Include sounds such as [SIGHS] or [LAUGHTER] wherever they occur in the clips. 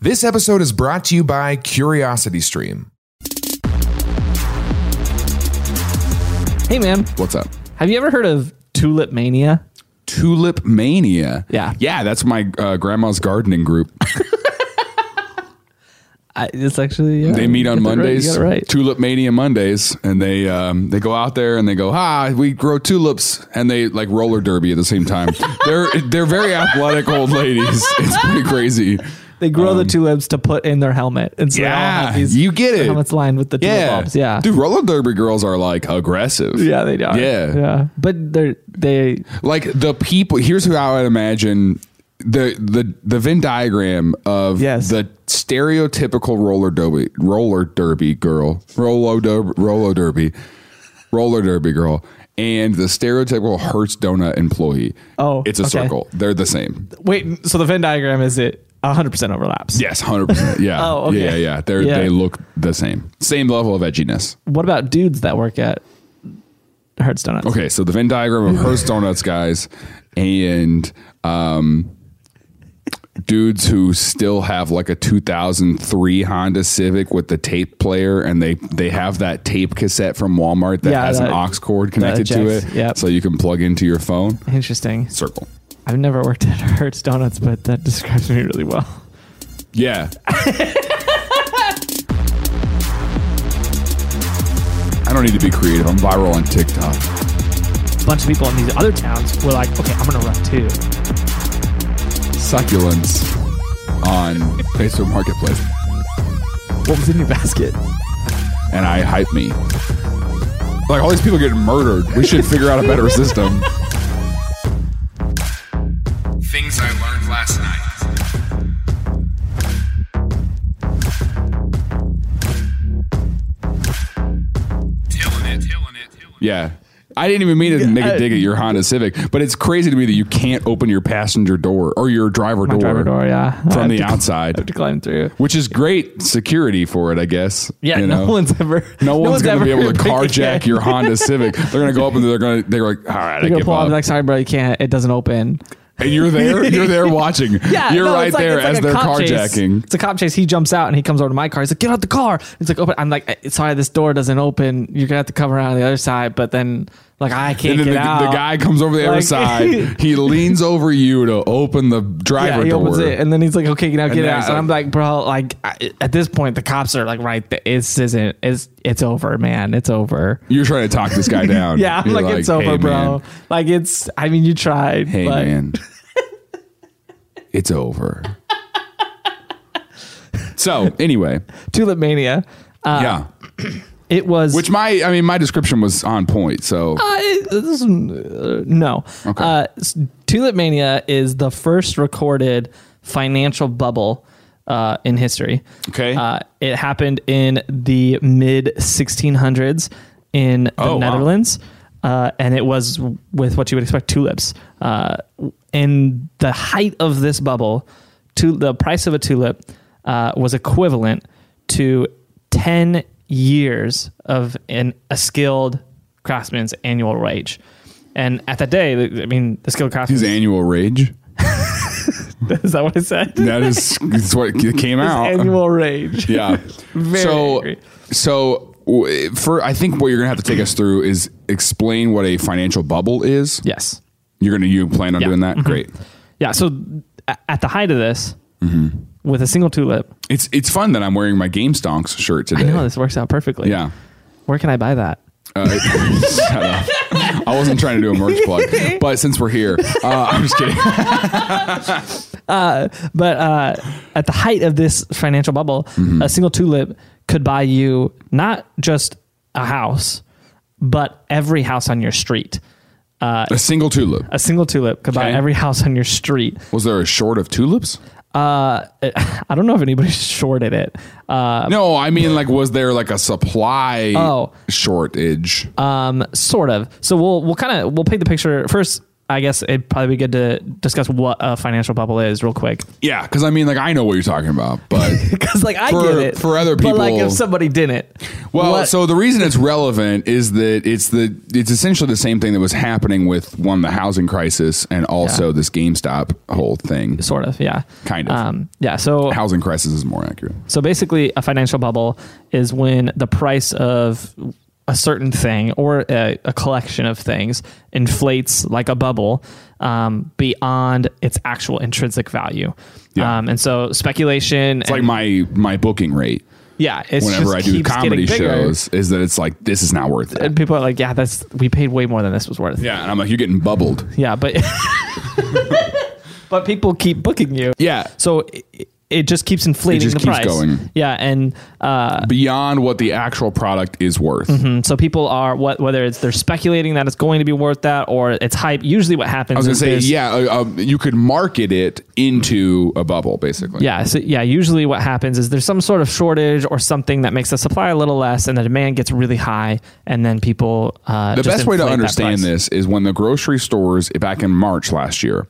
This episode is brought to you by CuriosityStream. Hey man, What's up? have you ever heard of tulip mania? Tulip Mania. Yeah. Yeah, that's my uh, grandma's gardening group. [LAUGHS] I, it's actually yeah, They meet on you got it [LAUGHS] right, Mondays. you got it right. Tulip Mania Mondays, and they um, they go out there and they go, "Ha, we grow tulips," and they like roller derby at the same [LAUGHS] time. they're they're very athletic old ladies. [LAUGHS] It's pretty crazy. They grow the tulips to put in their helmet, and so they all have um, Yeah, these- you get their it. helmets lined with the tulip Yeah. bulbs. Yeah, Dude, roller derby girls are like aggressive. yeah, they are. Yeah. yeah, but they're they like the people here's how i would imagine the the the venn diagram of Yes. the stereotypical roller derby roller derby girl roller derby roller derby roller derby girl and the stereotypical Hertz donut employee Oh, it's a okay. circle they're the same wait. So the Venn diagram is it 100 percent overlaps. yes 100% yeah [LAUGHS] Oh, okay. yeah yeah, yeah. They're, Yeah. they look the same same level of edginess What about dudes that work at Hertz Donuts? okay so the venn diagram of Hertz donuts guys and um dudes who still have like a 2003 Honda Civic with the tape player and they they have that tape cassette from Walmart that Yeah, has that- an aux cord connected to jacks, it yep. so you can plug into your phone Interesting. circle I've never worked at Hertz Donuts, but that describes me really well. [LAUGHS] yeah I don't need to be creative I'm viral on TikTok A bunch of people in these other towns were like, "Okay, I'm gonna run too." succulents on Facebook Marketplace What was in your basket? and I hype me. Like all these people getting murdered. We should figure out a [LAUGHS] better system. Things I learned last night. Tilling it, tilling it, tilling it. Yeah. I didn't even mean to make I- a dig at your Honda Civic, but it's crazy to me that you can't open your passenger door or your driver, door, Driver door, yeah. I from have the to- I have outside, to climb through. which is great security for it, I guess. Yeah, you no know? one's ever. No one's, going to be [LAUGHS] able to breaking carjack in. your Honda Civic. They're going to go up and they're going to, they're like, all right, I They're gonna give pull up. up. Like, sorry, bro, you can't. It doesn't open. and you're there. You're [LAUGHS] there watching. Yeah, you're no, right it's like- there it's like as a they're cop chase. carjacking. It's a cop chase. He jumps out and he comes over to my car. He's like, "Get out the car!" It's like, "Open." I'm like, "Eh, "Sorry, this door doesn't open. You're gonna have to come around on the other side." But then, like, I can't And then get the, out. the guy comes over the other Like- [LAUGHS] side. He leans over you to open the driver yeah, he door. opens it, and then he's like, "Okay, now get then uh, out." it's So like- I'm like, "Bro, like I, at this point, the cops are like, right, th- this isn't. It's it's over, man. It's over." You're trying to talk this [LAUGHS] guy down. Yeah, I'm You're like, "It's "Hey, over, bro. man. Like it's. I mean, you tried. Hey like, [LAUGHS] man, it's over. So anyway, Tulip Mania. yeah. It was Which my I mean my description was on point. So Uh, it- this is- uh, no. Okay. Uh, s- Tulip Mania is the first recorded financial bubble uh, in history. Okay. Uh, it happened in the mid 1600s in the Oh, wow. Netherlands. Uh, and it was with what you would expect tulips. Uh, in the height of this bubble, to the price of a tulip uh, was equivalent to 10 years of an, a skilled craftsman's annual wage. And at that day, I mean, the skilled his craftsman, annual rage. [LAUGHS] is that what it said? That [LAUGHS] is that's what came out. annual [LAUGHS] wage. Yeah. [LAUGHS] Very so angry. so w- for I think what you're gonna have to take us through is explain what a financial bubble is. Yes. You're gonna you plan on Yeah. doing Mm-hmm. that? Great. Yeah. So a- at the height of this, Mm-hmm. with a single tulip, It's it's fun that I'm wearing my Game Stonks shirt today. I know this works out perfectly. Yeah. Where can I buy that? Uh, [LAUGHS] shut up. I wasn't trying to do a merch [LAUGHS] plug, but since we're here, uh, I'm just kidding. But uh, at the height of this financial bubble, Mm-hmm. a single tulip could buy you not just a house, but every house on your street. A single tulip. A single tulip could buy Okay. every house on your street. Uh, Was there a short of tulips? [LAUGHS] I don't know if anybody [LAUGHS] shorted it. Uh, No, I mean like was there like a supply Oh. shortage? um, sort of. So we'll we'll kind of we'll paint the picture first. I guess it'd probably be good to discuss what a financial bubble is real quick. [LAUGHS] Yeah, because I mean, like, I know what you're talking about, but Because like I For- get it for other but like people- if somebody didn't, Well, what- so the reason it's relevant is that it's the it's essentially the same thing that was happening with one the housing crisis and also Yeah. this GameStop whole thing. sort of yeah, Kind of. um, yeah. So Housing crisis is more accurate. So basically, a financial bubble is when the price of a certain thing or a, a collection of things inflates like a bubble um, beyond its actual intrinsic value. Yeah. Um, and so speculation. It's like my my booking rate yeah, it's whenever just I do keeps comedy getting bigger. shows is that it's like this is not worth it. And people are like, yeah, that's we paid way more than this was worth. Yeah, and I'm like you're getting bubbled. yeah but [LAUGHS] but people keep booking you. Yeah. So. It, it just keeps inflating just the keeps price. going. Yeah, and uh, Beyond what the actual product is worth. And so people are what whether it's they're speculating that it's going to be worth that or it's hype. Usually, what happens? I was gonna is say, there's- yeah, uh, um, you could market it into a bubble, basically. yeah, so yeah. Usually, what happens is there's some sort of shortage or something that makes the supply a little less, and the demand gets really high, and then people. Uh, The just best way to inflate that understand price. this is when the grocery stores back in March last year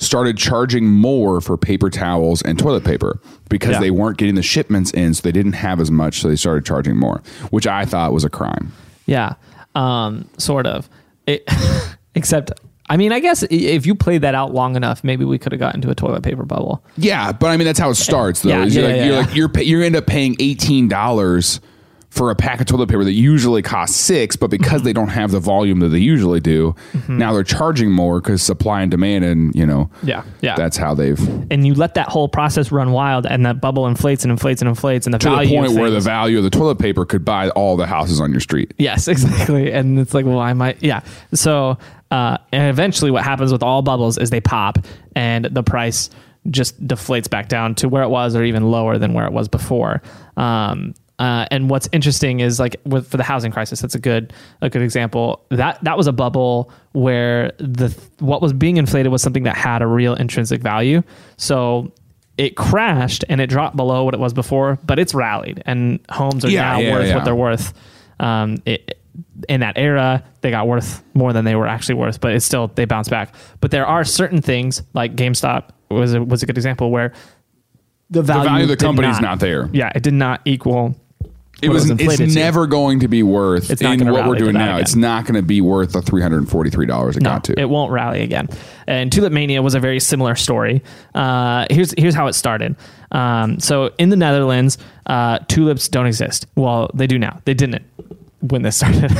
started charging more for paper towels and toilet paper because Yeah. they weren't getting the shipments in, so they didn't have as much, so they started charging more, which I thought was a crime. Yeah, um, sort of. It, [LAUGHS] except, I mean, I guess i- if you played that out long enough, maybe we could have gotten to a toilet paper bubble. Yeah, but I mean that's how it starts, though. Yeah, is you're yeah, like, yeah, you're yeah. like you're pay, you end up paying eighteen dollars for a pack of toilet paper that usually costs six, but because they don't have the volume that they usually do, now they're charging more because supply and demand, and you know, Mm-hmm. Yeah, yeah. that's how they've And you let that whole process run wild, and that bubble inflates and inflates and inflates, and the to the value of point where the things- value of the toilet paper could buy all the houses on your street. Yes, [LAUGHS] exactly. And it's like, well, I might, yeah. So, uh, and eventually, what happens with all bubbles is they pop, and the price just deflates back down to where it was, or even lower than where it was before. Um, uh, and what's interesting is like with, for the housing crisis, that's a good a good example. That that was a bubble where the what was being inflated was something that had a real intrinsic value. So it crashed and it dropped below what it was before, but it's rallied and homes are Yeah, now yeah, worth yeah. what they're worth. Um, it, in that era, they got worth more than they were actually worth, but it's still they bounce back. But there are certain things like GameStop was a, was a good example where the value, value of the did company is not there. Yeah, it did not equal. It what was, it's inflated to. never going to be worth It's not in gonna what we're rally to doing that now. again. It's not going to be worth the three hundred and forty three dollars it got to. It won't rally again. And Tulip Mania was a very similar story. Uh, here's here's how it started. Um, so in the Netherlands, uh, tulips don't exist. Well, they do now. They didn't when this [LAUGHS] started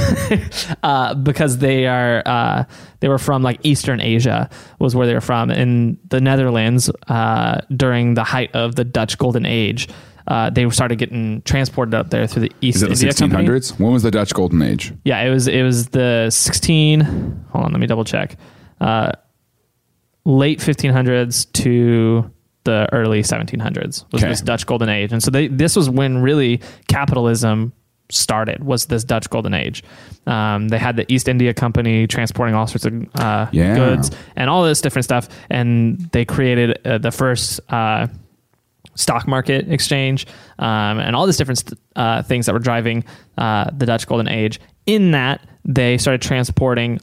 uh, because they are uh, they were from like Eastern Asia was where they were from in the Netherlands uh, during the height of the Dutch Golden Age. Uh, they started getting transported up there through the East is it the India sixteen Company. hundreds? When was the Dutch Golden Age? Yeah, it was it was the 16. Hold on, let me double check. Uh, late 1500s to the early 1700s was Okay. this Dutch Golden Age, and so they, this was when really capitalism started. Was this Dutch Golden Age? Um, they had the East India Company transporting all sorts of uh, Yeah. goods and all this different stuff, and they created uh, the first. Uh, stock market exchange, um, and all these different st- uh, things that were driving uh, the Dutch Golden Age. In that, they started transporting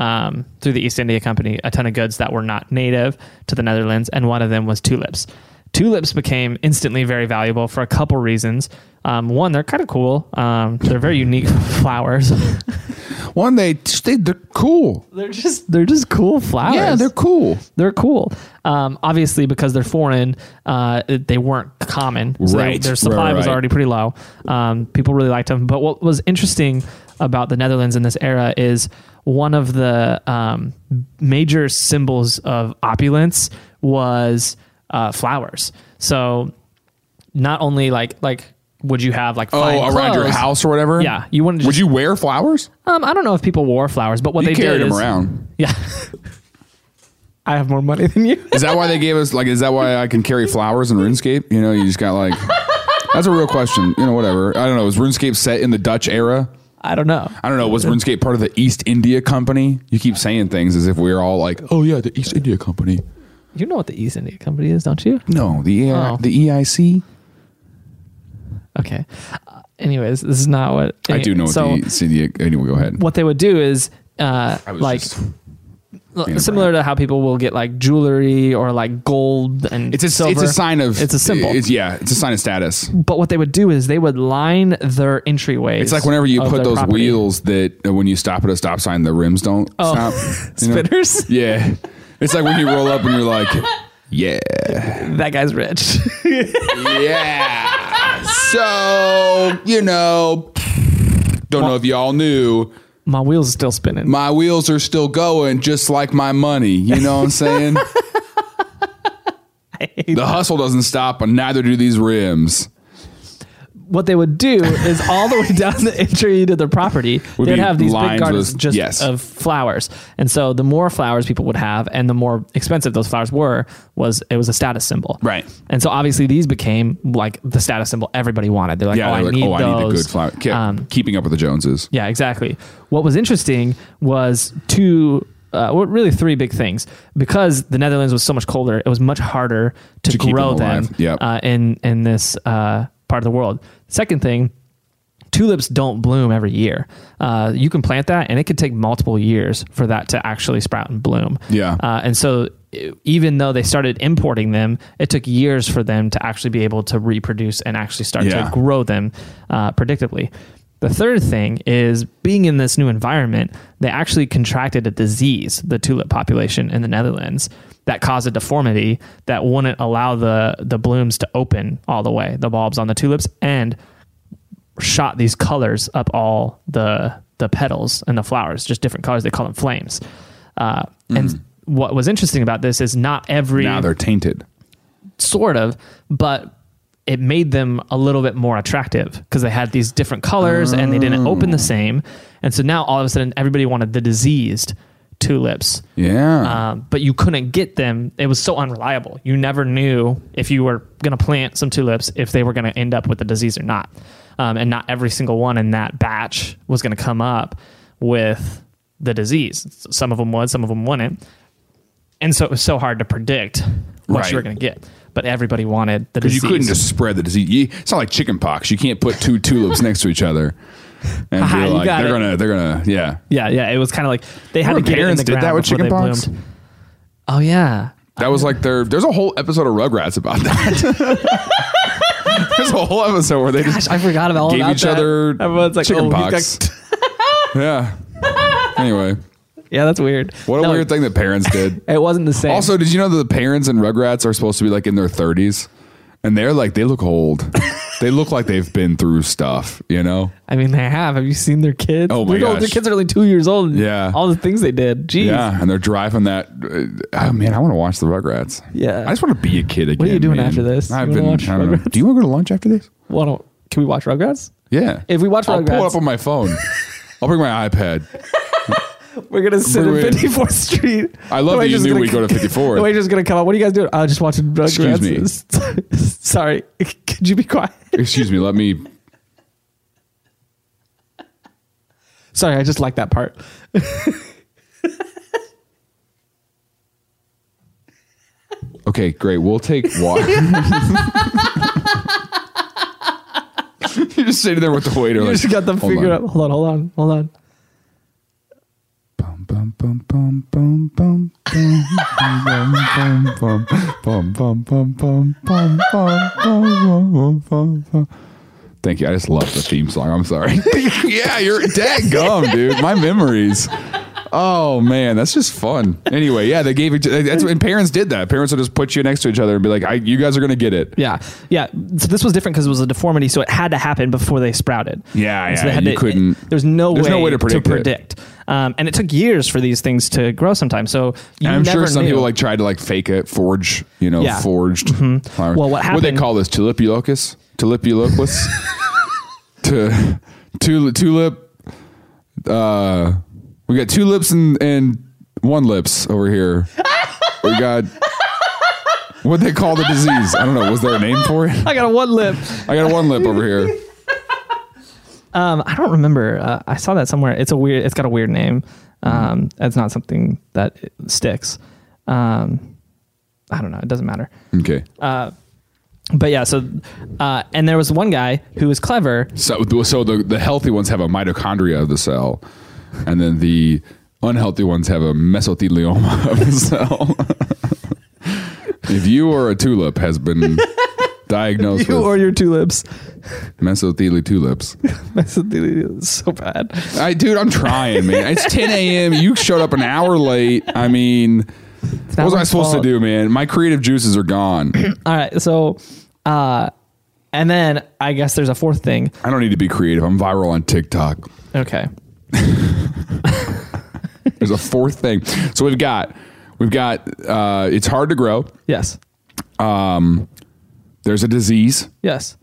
um, through the East India Company a ton of goods that were not native to the Netherlands, and one of them was tulips. Tulips became instantly very valuable for a couple reasons. Um, one, they're kind of cool. Um, [LAUGHS] they're very unique [LAUGHS] flowers. One they, they they're cool. they're just they're just cool flowers. Yeah, they're cool. they're cool. Um, obviously, because they're foreign, uh, they weren't common. So Right, their supply right, was right. already pretty low. Um, people really liked them. But what was interesting about the Netherlands in this era is one of the um, major symbols of opulence was uh, flowers. So not only like like would you have like Oh, fine around your clothes- house or whatever. Yeah, you wouldn't. Would Just, you wear flowers? Um, I don't know if people wore flowers, but what You they carried did them is- around. Yeah. [LAUGHS] I have more money than you. Is that why they gave us like? Is that why I can carry flowers in RuneScape? You know, you just got like. That's a real question. You know, whatever. I don't know. Was RuneScape set in the Dutch era? I don't know. I don't know. Was RuneScape part of the East India Company? You keep saying things as if we're all like, oh yeah, the East India Company. You know what the East India Company is, don't you? No, the EI, Oh. the E EIC. Okay. Uh, anyways, this is not what I do know So what the East India. Anyway, go ahead. what they would do is, uh, I was like, just- being a similar to how people will get like jewelry or like gold and It's a silver. it's a sign of it's a symbol. It's, yeah, it's a sign of status. but what they would do is they would line their entryways. It's like whenever you of put their those property. Oh, wheels that uh, when you stop at a stop sign, the rims don't [LAUGHS] stop. you know? spinners. [LAUGHS] Yeah, it's like when you roll up and you're like, yeah, that guy's rich. [LAUGHS] yeah. So you know, don't know if y'all knew, My wheels are still spinning. my wheels are still going, just like my money. You know what I'm saying? [LAUGHS] The hustle doesn't stop, and neither do these rims. what they would do is [LAUGHS] all the way down the entry to their property, Would they'd be have these big lines gardens with- just yes. of flowers. And so the more flowers people would have and the more expensive those flowers were, was it was a status symbol. Right. And so obviously these became like the status symbol everybody wanted. They're like, Yeah, oh, I, they're like, need oh, I need a those. good flower. Ke- Um, keeping up with the Joneses. yeah, exactly. What was interesting was two, uh, well, really three big things. Because the Netherlands was so much colder, it was much harder to, To keep grow them them, alive. Yep. uh, in in this uh, part of the world. Second thing, tulips don't bloom every year. Uh, you can plant that, and it could take multiple years for that to actually sprout and bloom. Yeah. Uh, and so, e- even though they started importing them, it took years for them to actually be able to reproduce and actually start Yeah. to grow them uh, predictably. The third thing is being in this new environment, they actually contracted a disease, the tulip population in the Netherlands, that caused a deformity that wouldn't allow the, the blooms to open all the way, the bulbs on the tulips, and shot these colors up all the the petals and the flowers, just different colors. They call them flames. Uh, And what was interesting about this is not every Now they're tainted. Um, sort of, but it made them a little bit more attractive because they had these different colors and they didn't open the same. And so now all of a sudden everybody wanted the diseased tulips. Yeah. Um, but you couldn't get them. It was so unreliable. You never knew if you were going to plant some tulips if they were going to end up with the disease or not. Um, and not every single one in that batch was going to come up with the disease. S- Some of them would, some of them wouldn't. And so it was so hard to predict what Right. you were going to get. But everybody wanted the Because disease. you couldn't just spread the disease. You- It's not like chicken pox. You can't put two tulips next to each other. And Ha, be you like, got they're it. gonna, they're gonna, yeah. yeah, yeah. It was kind of like they had to Remember get it in parents the did that ground with before chicken they pox? bloomed. Oh yeah. That was like their. There's a whole episode of Rugrats about that. [LAUGHS] there's a whole episode where they just Gosh, I forgot about all gave about each that. other Everyone's like, chicken oh, he's pox. [LAUGHS] got- [LAUGHS] yeah. Anyway, yeah, that's weird. what a No, weird thing that parents [LAUGHS] did. It wasn't the same. Also, did you know that the parents in Rugrats are supposed to be like in their 30s? And they're like, they look [LAUGHS] old. they look like they've been through stuff, you know? I mean, they have. Have you seen their kids? Oh my Look at all- gosh. Their kids are only two years old. and Yeah. all the things they did. Jeez. Yeah, and they're driving that. Uh, oh man, I want to watch the Rugrats. Yeah. I just want to be a kid again. are you doing man. after this? I've You wanna been. watch I don't know. Rugrats? Do you want to go to lunch after this? Why don't- can we watch Rugrats? Yeah. If we watch I'll pull Rugrats- it up on my [LAUGHS] phone. I'll bring my iPad. We're gonna sit We're- in 54th Street. [LAUGHS] I love The that you waitress is knew gonna- we'd go [LAUGHS] to 54th. The waitress is gonna come out. What are you guys doing? I just watching Rugrats. Excuse [LAUGHS] Sorry. Could you be quiet? [LAUGHS] Excuse me. Let me. Sorry, I just like that part. Okay, great. We'll take [LAUGHS] [LAUGHS] water. You're just sitting there with the waiter. You like, just got the "Hold figure on." up. Hold on. Hold on. Hold on. Bum, bum, bum, bum, bum, bum, bum, bum, bum, bum, bum, bum, bum, bum, bum, bum, bum, bum, bum. Thank you. I just love the theme song. I'm sorry. yeah, you're dead gum, dude. My memories. Oh man, that's just fun. Anyway, yeah, they gave it. To, that's and parents did that. Parents would just put you next to each other and be like, I, "You guys are gonna get it." Yeah, yeah. So this was different because it was a deformity, so it had to happen before they sprouted. Yeah, And yeah, you couldn't- There's no there's way. no way to predict it. Um, and it took years for these things to grow. Sometimes, so you And I'm sure never some knew. people like tried to like fake it, forge, you know, Yeah. Mm-hmm. forged. flowers. Well, what What happened- they call this tulipulocus? Tulipulocus. [LAUGHS] to tulip tulip. Uh, we got two lips and and one lips over here. we [LAUGHS] got what they call the disease. I don't know. Was there a name for it? I got a one lip. I got a one lip over here. Um, I don't remember. Uh, I saw that somewhere. It's a weird. It's got a weird name. Mm-hmm. Um, it's not something that sticks. Um, I don't know. It doesn't matter. Uh, Okay. But yeah. So, uh, and there was one guy who was clever. So, so the, the healthy ones have a mitochondria of the cell, and then the Unhealthy ones have a mesothelioma [LAUGHS] of the cell. if you or a tulip has [LAUGHS] been diagnosed You with or your tulips. mesothelioma tulips, That's [LAUGHS] so bad. I dude, I'm trying, man. It's 10 a.m. You showed up an hour late. I mean, not what was my I supposed fault. to do, man? My creative juices are gone. [CLEARS THROAT] All right. So, uh, and then I guess there's a fourth thing. I don't need to be creative. I'm viral on TikTok. Okay. There's a fourth thing. So we've got we've got uh, it's hard to grow. Yes. There's a disease. Yes.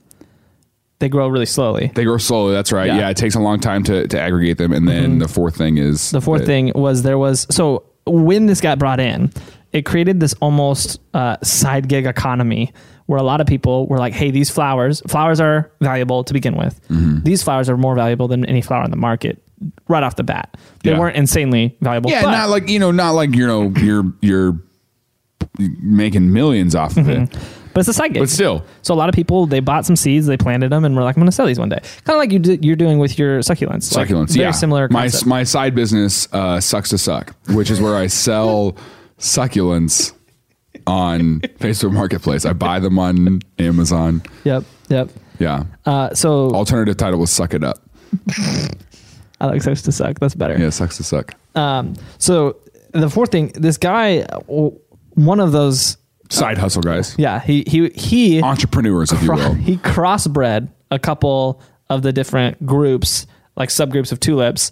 They grow really slowly. They grow slowly. That's right. Yeah. Mm-hmm. Yeah, it takes a long time to, to aggregate them. And then the fourth thing is The fourth that- thing was there was so when this got brought in, it created this almost uh, side gig economy where a lot of people were like, "Hey, these flowers, flowers are valuable to begin with. Mm-hmm. These flowers are more valuable than any flower on the market right off the bat. They Yeah. weren't insanely valuable. Yeah, but- not like you know, not like you know, you're you're making millions off of it. But it's a side gig. But still. So a lot of people they bought some seeds, they planted them, and were like, "I'm going to sell these one day." Kind of like you do, you're doing with your succulents. Like, Succulents, very yeah. similar. My Concept. my side business uh, sucks to suck, which is where I sell succulents on Facebook Marketplace. I buy them on Amazon. yep, yep. Yeah. Uh, so Alternative title was "Suck It Up." I like sucks to suck. That's better. Yeah, sucks to suck. Um, so the fourth thing, this guy, uh, w- one of those, uh, Side hustle guys, yeah, he he he entrepreneurs, if you cro- will. [LAUGHS] he crossbred a couple of the different groups, like subgroups of tulips,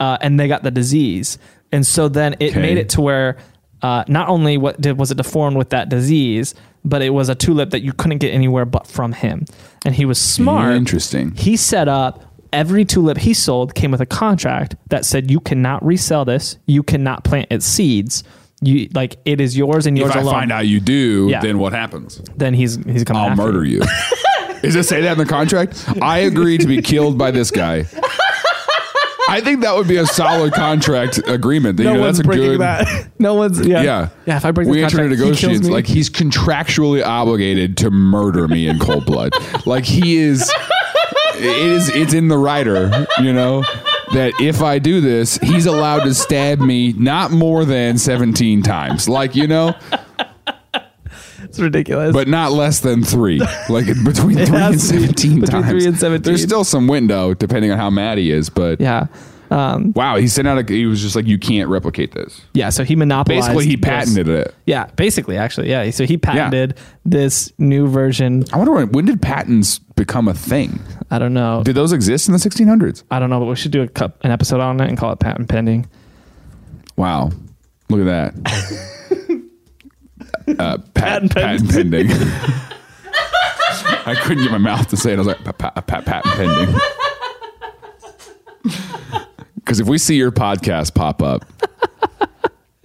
uh, and they got the disease, and so then it Okay. made it to where. Uh, not only what did was it deformed with that disease, but it was a tulip that you couldn't get anywhere but from him, and he was smart. Interesting. He set up every tulip he sold came with a contract that said you cannot resell this, you cannot plant its seeds. You like it is yours and yours If I alone. find out you do, Yeah. then what happens? then he's he's coming. I'll after murder [LAUGHS] you. Is it say that in the contract? I agree to be killed by this [LAUGHS] guy. I think that would be a solid contract agreement. No you know, one's that's a breaking good, that. [LAUGHS] No one's yeah. Yeah. Yeah, if I break we the enter contract, into he kills negotiations. me. Like he's contractually obligated to murder me in cold blood. like he is it is it's in the writer, you know, that if I do this, he's allowed to stab me not more than 17 times. Like, you know, It's ridiculous. but not less than [LAUGHS] 3. Like between 3 has and to be 17 between times. three and 17. There's still some window depending on how mad he is, but yeah. Um, wow, he sent out a he was just like you can't replicate this. yeah, so he monopolized. Basically, he this- patented it. Yeah, basically, actually, yeah. So he patented this new version. I wonder when, when did patents become a thing? I don't know. Did those exist in the 1600s? I don't know, but we should do a cup, an episode on it and call it patent pending. Wow. Look at that. [LAUGHS] uh, pat, patent, pending. [LAUGHS] I couldn't get my mouth to say it. I was like, pat, pat, pat, patent pending. [LAUGHS] Because if we see your podcast pop up,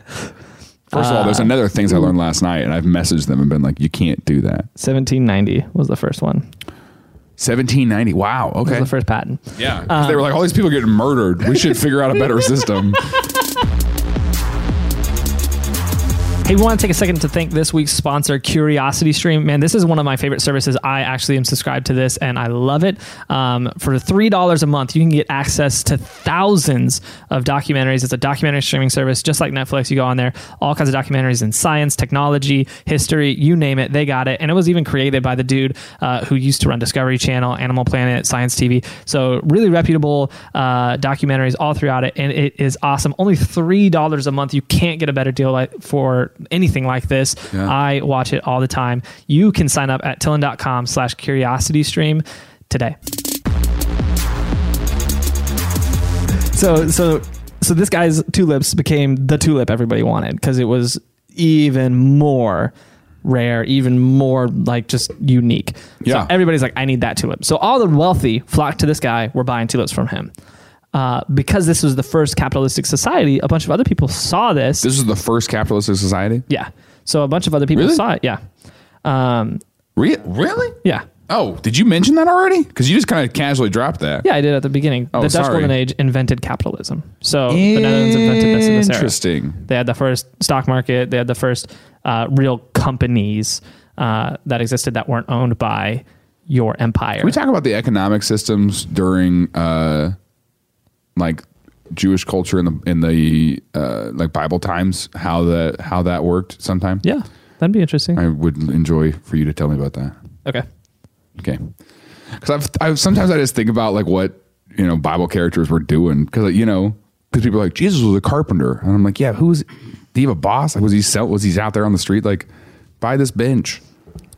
first of all, there's another things I learned last night, and I've messaged them and been like, you can't do that. 1790 was the first one. 1790. Wow. Okay. The first patent. Yeah. 'cause they were like, all these people are getting murdered. We should figure out a [LAUGHS] better system. Hey, we want to take a second to thank this week's sponsor, Curiosity Stream. Man, this is one of my favorite services. I actually am subscribed to this and I love it. Um, for three dollars a month, you can get access to thousands of documentaries. It's a documentary streaming service, just like Netflix. You go on there, all kinds of documentaries in science, technology, history, you name it, they got it. And it was even created by the dude uh, who used to run Discovery Channel, Animal Planet, Science TV. So really reputable uh, documentaries all throughout it, and it is awesome. Only three dollars a month. You can't get a better deal like for anything like this. I watch it all the time. You can sign up at tillin.com slash curiosity stream today. So so so this guy's tulips became the tulip everybody wanted because it was even more rare, even more like just unique. Yeah. So everybody's like, I need that tulip. So all the wealthy flocked to this guy, were buying tulips from him. Uh, because this was the first capitalistic society, a bunch of other people saw this. This is the first capitalistic society. Yeah. So a bunch of other people Really? saw it. Yeah. Um, Re- really? yeah. Oh, did you mention that already? Because you just kind of casually dropped that. Yeah, I did at the beginning. the Dutch Oh, sorry. Golden Age invented capitalism. So the Netherlands invented this in this era. Interesting. They had the first stock market. They had the first uh, real companies uh, that existed that weren't owned by your empire. We talk about the economic systems during, uh, like, Jewish culture in the in the uh, like Bible times how that how that worked sometime. Yeah, that'd be interesting. I would enjoy for you to tell me about that. Okay. Okay, because I've, I've sometimes I just think about like what you know Bible characters were doing because you know because people are like Jesus was a carpenter and I'm like yeah who's do you have a boss like was he sell was he out there on the street like buy this bench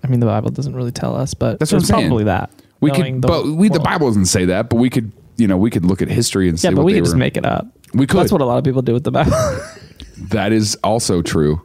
I mean, the Bible doesn't really tell us, but That's that's what I'm saying. probably that. we could Knowing the- but we the well, Bible doesn't say that but we could you know we could look at history and see Yeah, but what we they could just were- make it up. We could. That's what a lot of people do with the Bible. [LAUGHS] that is also true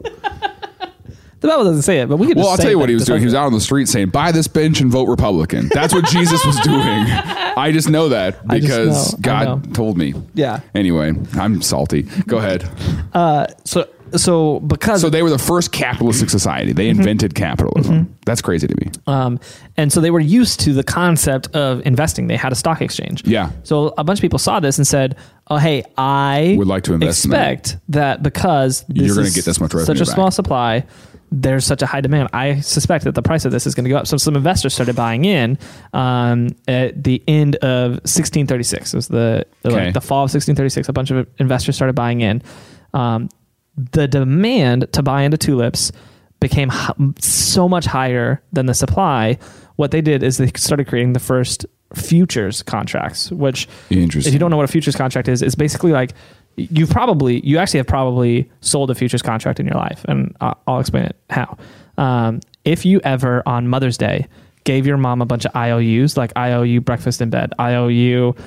the Bible doesn't say it, but we could. Well, just I'll say tell you what that he was it doing. He was doesn't. out on the street saying, "Buy this bench and vote Republican." That's what Jesus was [LAUGHS] doing. I just know that I just because know. I God know. told me. Yeah. Anyway, I'm salty. Go ahead. Uh, So, so because So they were the first capitalistic society. They invented capitalism. That's crazy to me. Um, and so they were used to the concept of investing. They had a stock exchange. Yeah. So a bunch of people saw this and said, "Oh, hey, I Would like to invest in that." Expect that. because this You're gonna is get this much such revenue a back. small supply. There's such a high demand. I suspect that the price of this is going to go up. So some investors started buying in um, at the end of 1636. It was the Okay. like the fall of 1636. A bunch of investors started buying in. Um, the demand to buy into tulips became h- so much higher than the supply. What they did is they started creating the first futures contracts, which Interesting. if you don't know what a futures contract is, it's basically like you've probably you actually have probably sold a futures contract in your life, and I- I'll explain it how. Um, if you ever on Mother's Day gave your mom a bunch of IOUs, like IOU breakfast in bed, IOU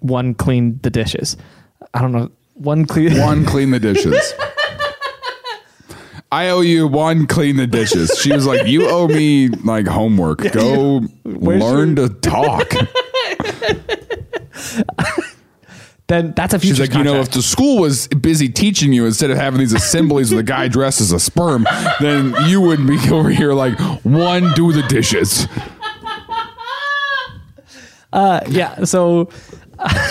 one clean the dishes, I don't know one clean One, clean the dishes. I owe you one, clean the dishes. She was like, "You owe me like homework. Go learn to talk." [LAUGHS] then that's a futures She's like, contract. you know, if the school was busy teaching you instead of having these assemblies with a guy dressed as a sperm, then you wouldn't be [LAUGHS] over here like one do the dishes. Uh, yeah so [LAUGHS]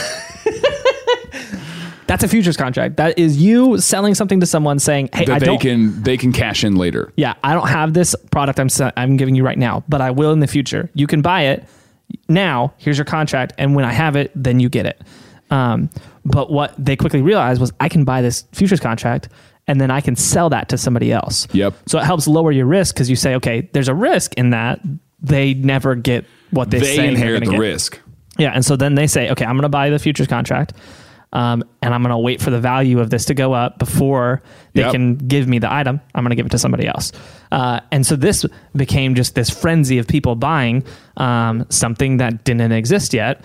that's a futures contract that is you selling something to someone saying hey i That they don't can they can cash in later. yeah i don't have this product i'm se- i'm giving you right now but i will in the future you can buy it now here's your contract and when i have it then you get it um, but what they quickly realized was i can buy this futures contract and then i can sell that to somebody else Yep. so it helps lower your risk because you say okay there's a risk in that they never get what they, They say inherit the risk. risk. Yeah, and so then they say, okay, I'm going to buy the futures contract, um, and I'm going to wait for the value of this to go up before they Yep. can give me the item. I'm going to give it to somebody else, uh, and so this became just this frenzy of people buying um, something that didn't exist yet,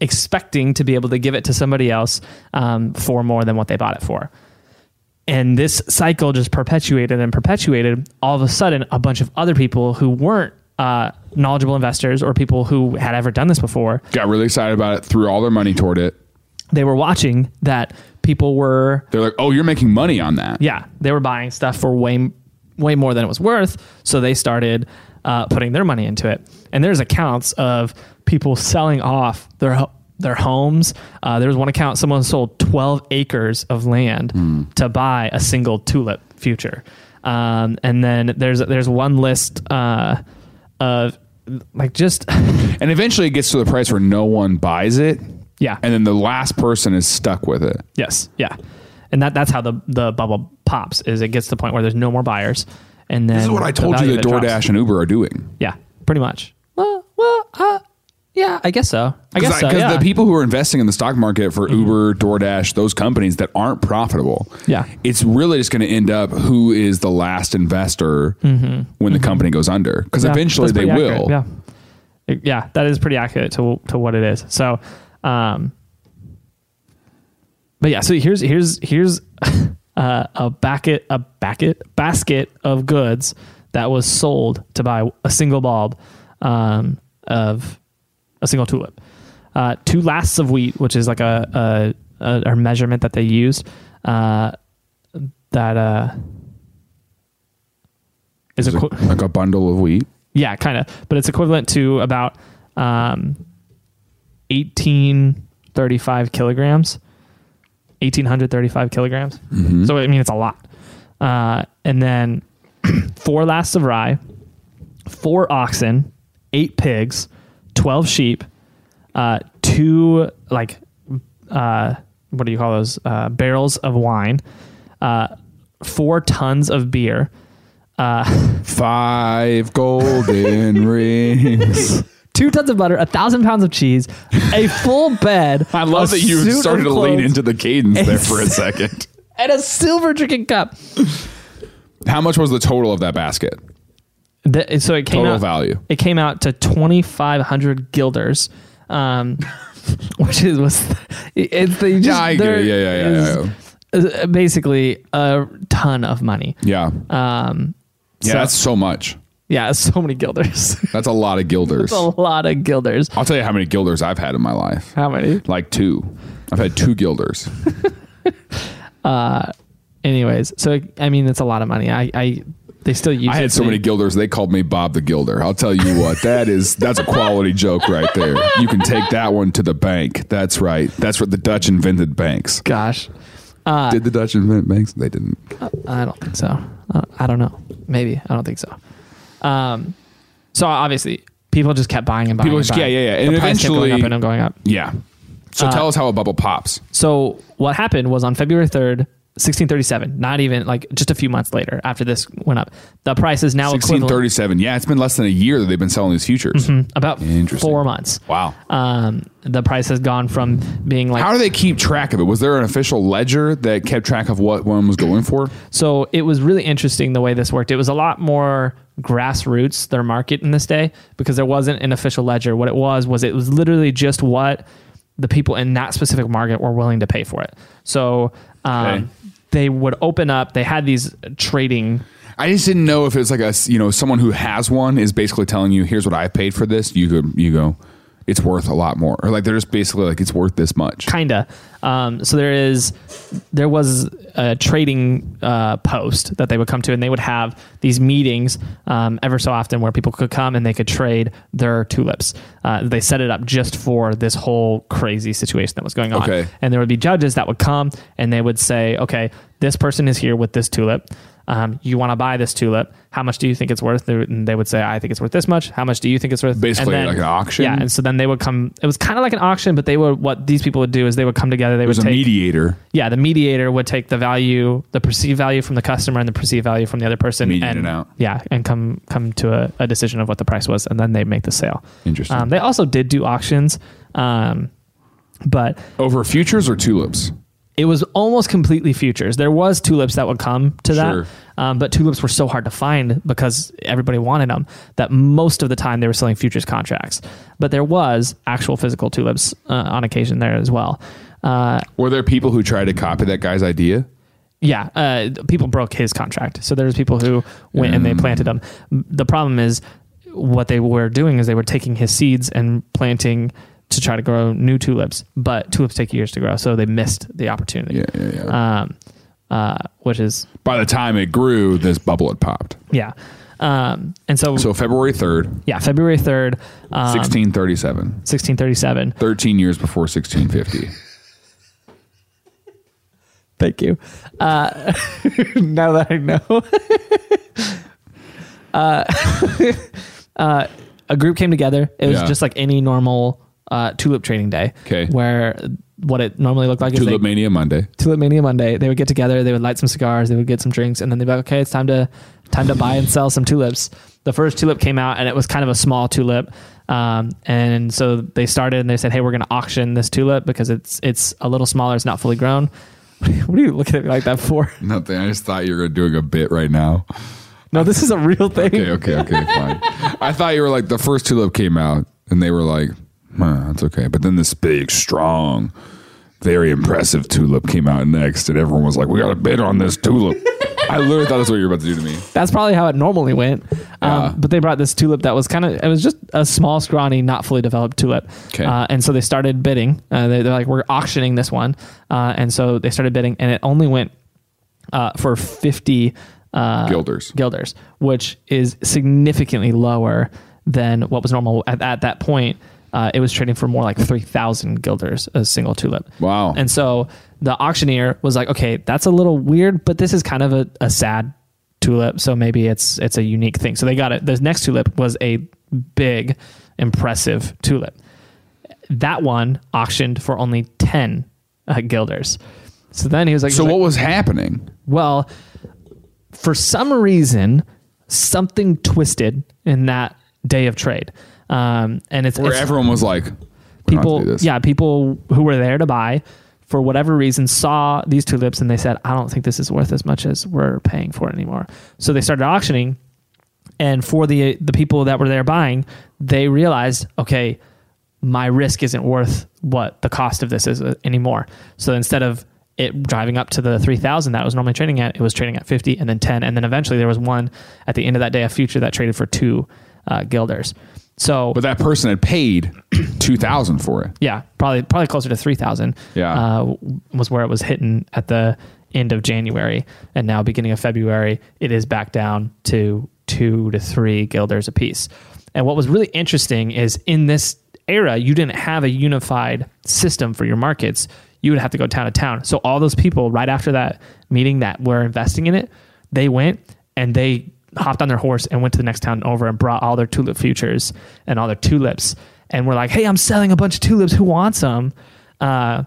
expecting to be able to give it to somebody else um, for more than what they bought it for. And this cycle just perpetuated and perpetuated. All of a sudden, a bunch of other people who weren't uh, knowledgeable investors or people who had ever done this before Got really excited about it, threw all their money toward it. they were watching that people were They're like, oh, you're making money on that. yeah they were buying stuff for way way more than it was worth so they started uh, putting their money into it and there's accounts of people selling off their ho- their homes uh, there was one account someone sold 12 acres of land to buy a single tulip future um, and then there's there's one list uh, of like just [LAUGHS] And eventually it gets to the price where no one buys it. Yeah. And then the last person is stuck with it. Yes. Yeah. And that that's how the the bubble pops is it gets to the point where there's no more buyers. And then This is what I told you that DoorDash and Uber are doing. Yeah, pretty much. Well, well, uh, yeah, I guess so. I guess Because so. Yeah. Mm-hmm. the people who are investing in the stock market for Uber, DoorDash, those companies that aren't profitable, Yeah. it's really just going to end up who is the last investor when the company goes under. Because Mm-hmm. Yeah, eventually that's they pretty accurate. will. Yeah. It- Yeah, that is pretty accurate to to what it is. So, um, but yeah, so here's here's here's [LAUGHS] uh, a basket a basket basket of goods that was sold to buy a single bulb um, of a single tulip, uh, two lasts of wheat, which is like a a, a, a measurement that they used uh, that uh, is It's a. like, qu- like a bundle of wheat. yeah, kind of, but it's equivalent to about um, eighteen thirty-five kilograms, eighteen hundred thirty-five kilograms. So I mean, it's a lot. Uh, and then [CLEARS THROAT] four lasts of rye, four oxen, eight pigs, twelve sheep, uh, two like uh, what do you call those uh, barrels of wine, uh, four tons of beer. Five golden [LAUGHS] rings. Two tons of butter, a thousand pounds of cheese, [LAUGHS] a full bed. I love a that you suit of started to lean clothes, into the cadence there for a It's- second. and a silver drinking cup. [LAUGHS] How much was the total of that basket? The, so it came Total out, value. It came out to twenty five hundred guilders, um, [LAUGHS] which is was it's the just, Yeah, I get there it. Yeah, yeah, yeah, is- yeah, yeah. is basically a ton of money. Yeah. Um, yeah, so- that's so much. yeah, [LAUGHS] so many guilders, That's a lot of guilders. a lot of guilders. I'll tell you how many guilders I've had in my life. How many? Like two. I've had two guilders. Anyways, so I mean, it's a lot of money. I, I they still use. I it had so to- many guilders, they called me Bob the Gilder. I'll tell you what, that is that's a quality joke right there. You can take that one to the bank. That's right. That's what the Dutch invented banks. Gosh, Uh, Did the Dutch invent banks? They didn't. I don't think so. Uh, I don't know. Maybe I don't think so. Um, so obviously, people just kept buying and buying. People and just- yeah, buying. yeah, yeah. The And price kept going eventually- up and going up. Yeah. So Uh, tell us how a bubble pops. So what happened was on February third. 1637, not even like just a few months later after this went up. The price is now equivalent 1637. Yeah, it's been less than a year that they've been selling these futures. about Interesting. four months. Wow. Um, the price has gone from being like How do they keep track of it? Was there an official ledger that kept track of what one was going for? So it was really interesting the way this worked. It was a lot more grassroots their market in this day because there wasn't an official ledger. What it was was it was literally just what the people in that specific market were willing to pay for it. So um, Okay. they would open up. They had these trading. I just didn't know if it was like a you know someone who has one is basically telling you here's what I paid for this. You could you go, it's worth a lot more, or like they're just basically like it's worth this much. kinda. Um, so there is, there was a trading uh, post that they would come to, and they would have these meetings um, ever so often where people could come and they could trade their tulips. Uh, they set it up just for this whole crazy situation that was going on, Okay. and there would be judges that would come and they would say, "Okay, this person is here with this tulip." Um, you want to buy this tulip? How much do you think it's worth? They would- And they would say, "I think it's worth this much." How much do you think it's worth? Basically And like an auction? Yeah, and so then they would come. It was kind of like an auction, but they would what these people would do is they would come together. They There's would a take mediator. yeah, the mediator would take the value, the perceived value from the customer, and the perceived value from the other person, Mediate and it out. yeah, and come come to a, a decision of what the price was, and then they make the sale. Interesting. Um, they also did do auctions, um, but Over futures or tulips? it was almost completely futures. There was tulips that would come to that, Sure. um, but tulips were so hard to find because everybody wanted them that most of the time they were selling futures contracts. But there was actual physical tulips uh, on occasion there as well. Uh, Were there people who tried to copy that guy's idea? yeah, uh, people broke his contract. So there's people who went and they planted them. The problem is what they were doing is they were taking his seeds and planting to try to grow new tulips, but tulips take years to grow, so they missed the opportunity. Yeah, yeah, yeah. Um, uh, which is By the time it grew, this bubble had popped. yeah, um, and so, So February third, yeah, February third, um, sixteen thirty-seven. sixteen thirty seven. Thirteen years before sixteen fifty. Thank you. Uh, [LAUGHS] now that I know. [LAUGHS] uh, [LAUGHS] uh, a group came together. It was Yeah. just like any normal uh, tulip trading day. 'Kay. Where what it normally looked like is Tulip they, Mania Monday. Tulip Mania Monday. They would get together. They would light some cigars. They would get some drinks, and then they'd be like, "Okay, it's time to time to buy and sell some tulips." The first tulip came out, and it was kind of a small tulip. Um, and so they started, and they said, "Hey, we're going to auction this tulip because it's it's a little smaller. It's not fully grown." [LAUGHS] What are you looking at me like that for? [LAUGHS] Nothing. I just thought you were doing a bit right now. No, this is a real thing. Okay, okay, [LAUGHS] okay, fine. I thought you were like the first tulip came out, and they were like, huh, "That's okay." But then this big, strong, very impressive tulip came out next, and everyone was like, "We got to bid on this tulip." I literally thought that's what you were about to do to me. That's probably how it normally went. Um, But they brought this tulip that was kind of, it was just a small, scrawny, not fully developed tulip. 'Kay. Uh, and so they started bidding. Uh, they, they're like, we're auctioning this one. Uh, and so they started bidding, and it only went uh, for 50 uh, Guilders. guilders, which is significantly lower than what was normal at, at that point. Uh, it was trading for more like 3,000 guilders a single tulip. Wow. And so the auctioneer was like, okay, that's a little weird, but this is kind of a, a sad tulip. So maybe it's it's a unique thing. So they got it. The next tulip was a big, impressive tulip. That one auctioned for only 10 uh, guilders. So then he was like, So he's what like, was happening? well, for some reason, something twisted in that day of trade. Um, and it's, Where it's everyone was like, "We don't have to do people, this." yeah, people who were there to buy for whatever reason saw these tulips and they said, I don't think this is worth as much as we're paying for it anymore. So they started auctioning and for the the people that were there buying, they realized, okay, my risk isn't worth what the cost of this is uh, anymore. So instead of it driving up to the 3000 that it was normally trading at, it was trading at 50 and then 10 and then eventually there was one at the end of that day of future that traded for two uh, guilders. So But that person had paid two thousand for it. yeah, probably probably closer to three thousand. Yeah. uh, was where it was hitting at the end of January, and now beginning of February, it is back down to two to three guilders apiece. And what was really interesting is in this era, you didn't have a unified system for your markets. You would have to go town to town. So all those people right after that meeting that were investing in it, they went and they hopped on their horse and went to the next town over and brought all their tulip futures and all their tulips and were like, "Hey, I'm selling a bunch of tulips. Who wants them?" Uh,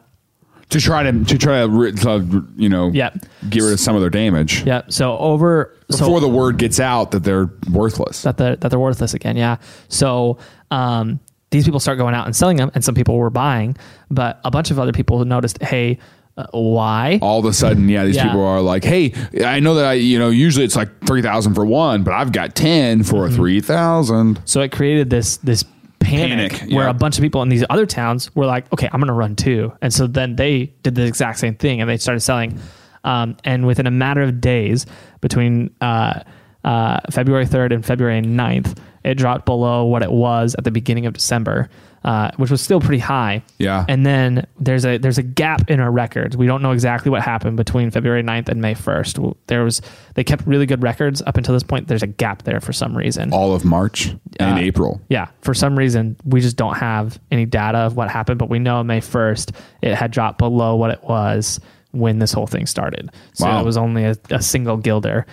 to try to to try to, ri- to you know Yeah. get rid of some of their damage yeah. So over so before the word gets out that they're worthless. that they're, that they're worthless again. Yeah. So um, these people start going out and selling them, and some people were buying, but a bunch of other people noticed, "Hey, uh, why?" All of a sudden, yeah, these Yeah. people are like, "Hey, I know that I you know usually it's like three thousand for one, but I've got ten for Mm-hmm. a three thousand. So it created this this panic, Panic, where yeah. a bunch of people in these other towns were like, "Okay, I'm going to run too," and so then they did the exact same thing and they started selling. Um, and within a matter of days, between uh, uh, February 3rd and February 9th, it dropped below what it was at the beginning of December, uh, which was still pretty high. Yeah. And then there's a there's a gap in our records. We don't know exactly what happened between February 9th and May 1st. W- There was they kept really good records up until this point. There's a gap there for some reason. All of March and Uh, April. Yeah, for some reason we just don't have any data of what happened, but we know on May first it had dropped below what it was when this whole thing started. So Wow. it was only a, a single guilder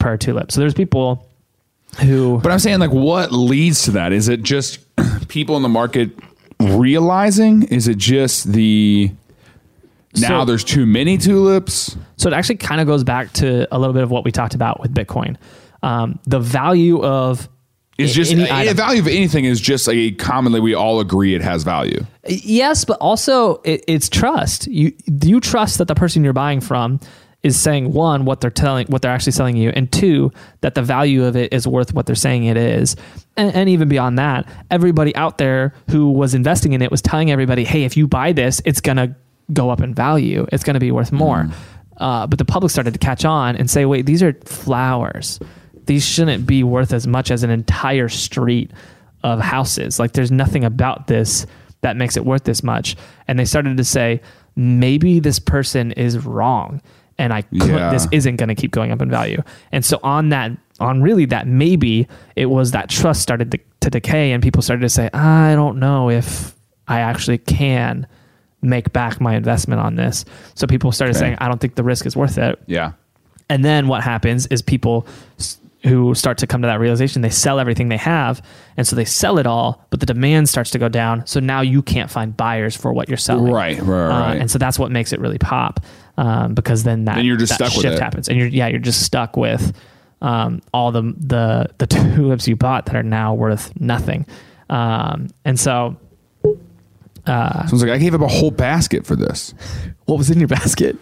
per tulip. So there's people who But I'm saying like, what leads to that? Is it just [CLEARS THROAT] people in the market realizing? Is it just the now So- there's too many tulips? So it actually kind of goes back to a little bit of what we talked about with Bitcoin. Um, the value of It's a- just any the item. value of anything is just like a commonly we all agree it has value. Yes, but also it, it's trust. You you trust that the person you're buying from is saying one what they're telling what they're actually selling you, and two that the value of it is worth what they're saying it is, and, and even beyond that, everybody out there who was investing in it was telling everybody, hey, if you buy this, it's gonna go up in value. It's gonna be worth more. Uh, but the public started to catch on and say, wait, these are flowers. These shouldn't be worth as much as an entire street of houses. Like there's nothing about this that makes it worth this much. And they started to say, maybe this person is wrong and I could, Yeah. this isn't going to keep going up in value. And so on that, on really that maybe it was that trust started to, to decay and people started to say, I don't know if I actually can make back my investment on this. So people started Okay. saying, I don't think the risk is worth it. Yeah. And then what happens is people s- who start to come to that realization, they sell everything they have. And so they sell it all, but the demand starts to go down. So now you can't find buyers for what you're selling. Uh, Right, right, right. and so that's what makes it really pop um, because then that, Then you're just that stuck with shift it. happens. And you're, yeah, you're just stuck with um, all the, the, [LAUGHS] the tulips you bought that are now worth nothing. Um, and so Uh, So I was like, I gave up a whole basket for this. what was in your basket?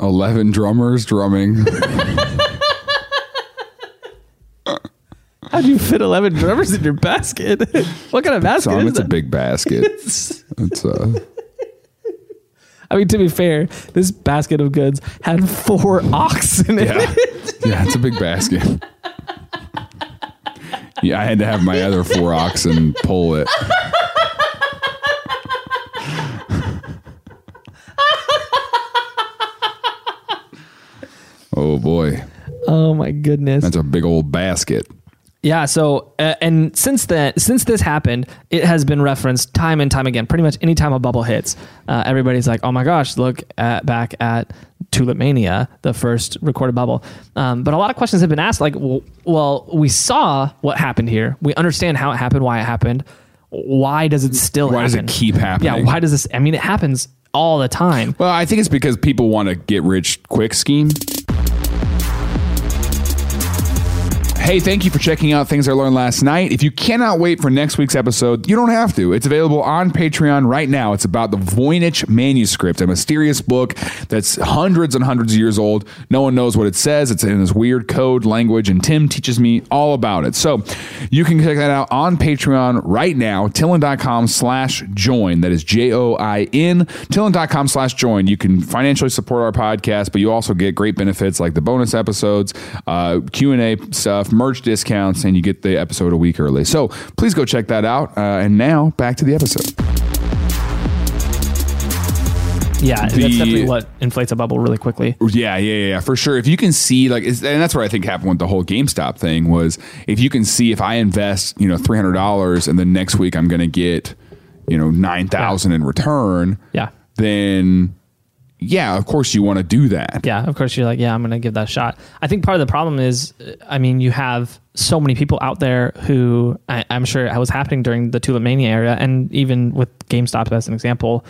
Eleven drummers [LAUGHS] drumming. How'd you fit 11 drummers in your basket? what kind of basket Tom, is it's a that? big [LAUGHS] basket. It's uh, I mean, to be fair, this basket of [LAUGHS] goods had four oxen in yeah, it. yeah, it's a big basket. Yeah, I had to have my other four oxen pull [LAUGHS] it. Oh boy, Oh my goodness. that's a big old basket. yeah. So, uh, and since then, since this happened, it has been referenced time and time again. Pretty much any time a bubble hits, uh, everybody's like, "Oh my gosh, look at back at Tulip Mania, the first recorded bubble. Um, but a lot of questions have been asked like, well, well, we saw what happened here. We understand how it happened, why it happened. Why does it still Why does it happen? keep happening? Yeah, why does this? I mean, it happens all the time. Well, I think it's because people want to get rich quick scheme. Hey, thank you for checking out Things I Learned Last Night. If you cannot wait for next week's episode, you don't have to. It's available on Patreon right now. It's about the Voynich manuscript, a mysterious book that's hundreds and hundreds of years old. No one knows what it says. It's in this weird code language, and Tim teaches me all about it. So you can check that out on Patreon right now, Tillin.com slash join. That is J O I N, Tillin.com slash join. You can financially support our podcast, but you also get great benefits like the bonus episodes, uh, Q&A stuff, merch discounts, and you get the episode a week early. So please go check that out. Uh, and now back to the episode. Yeah, The- that's definitely what inflates a bubble really quickly. Yeah, yeah, yeah, yeah, for sure. If you can see, like, it's, and that's what I think happened with the whole GameStop thing was if you can see if I invest, you know, three hundred dollars, and then next week I'm going to get, you know, nine thousand in return. Yeah. Then, yeah, of course you want to do that. Yeah, of course you're like, yeah, I'm going to give that a shot. I think part of the problem is, uh, I mean, you have so many people out there who I, I'm sure it was happening during the Tulip Mania era, and even with GameStop as an example,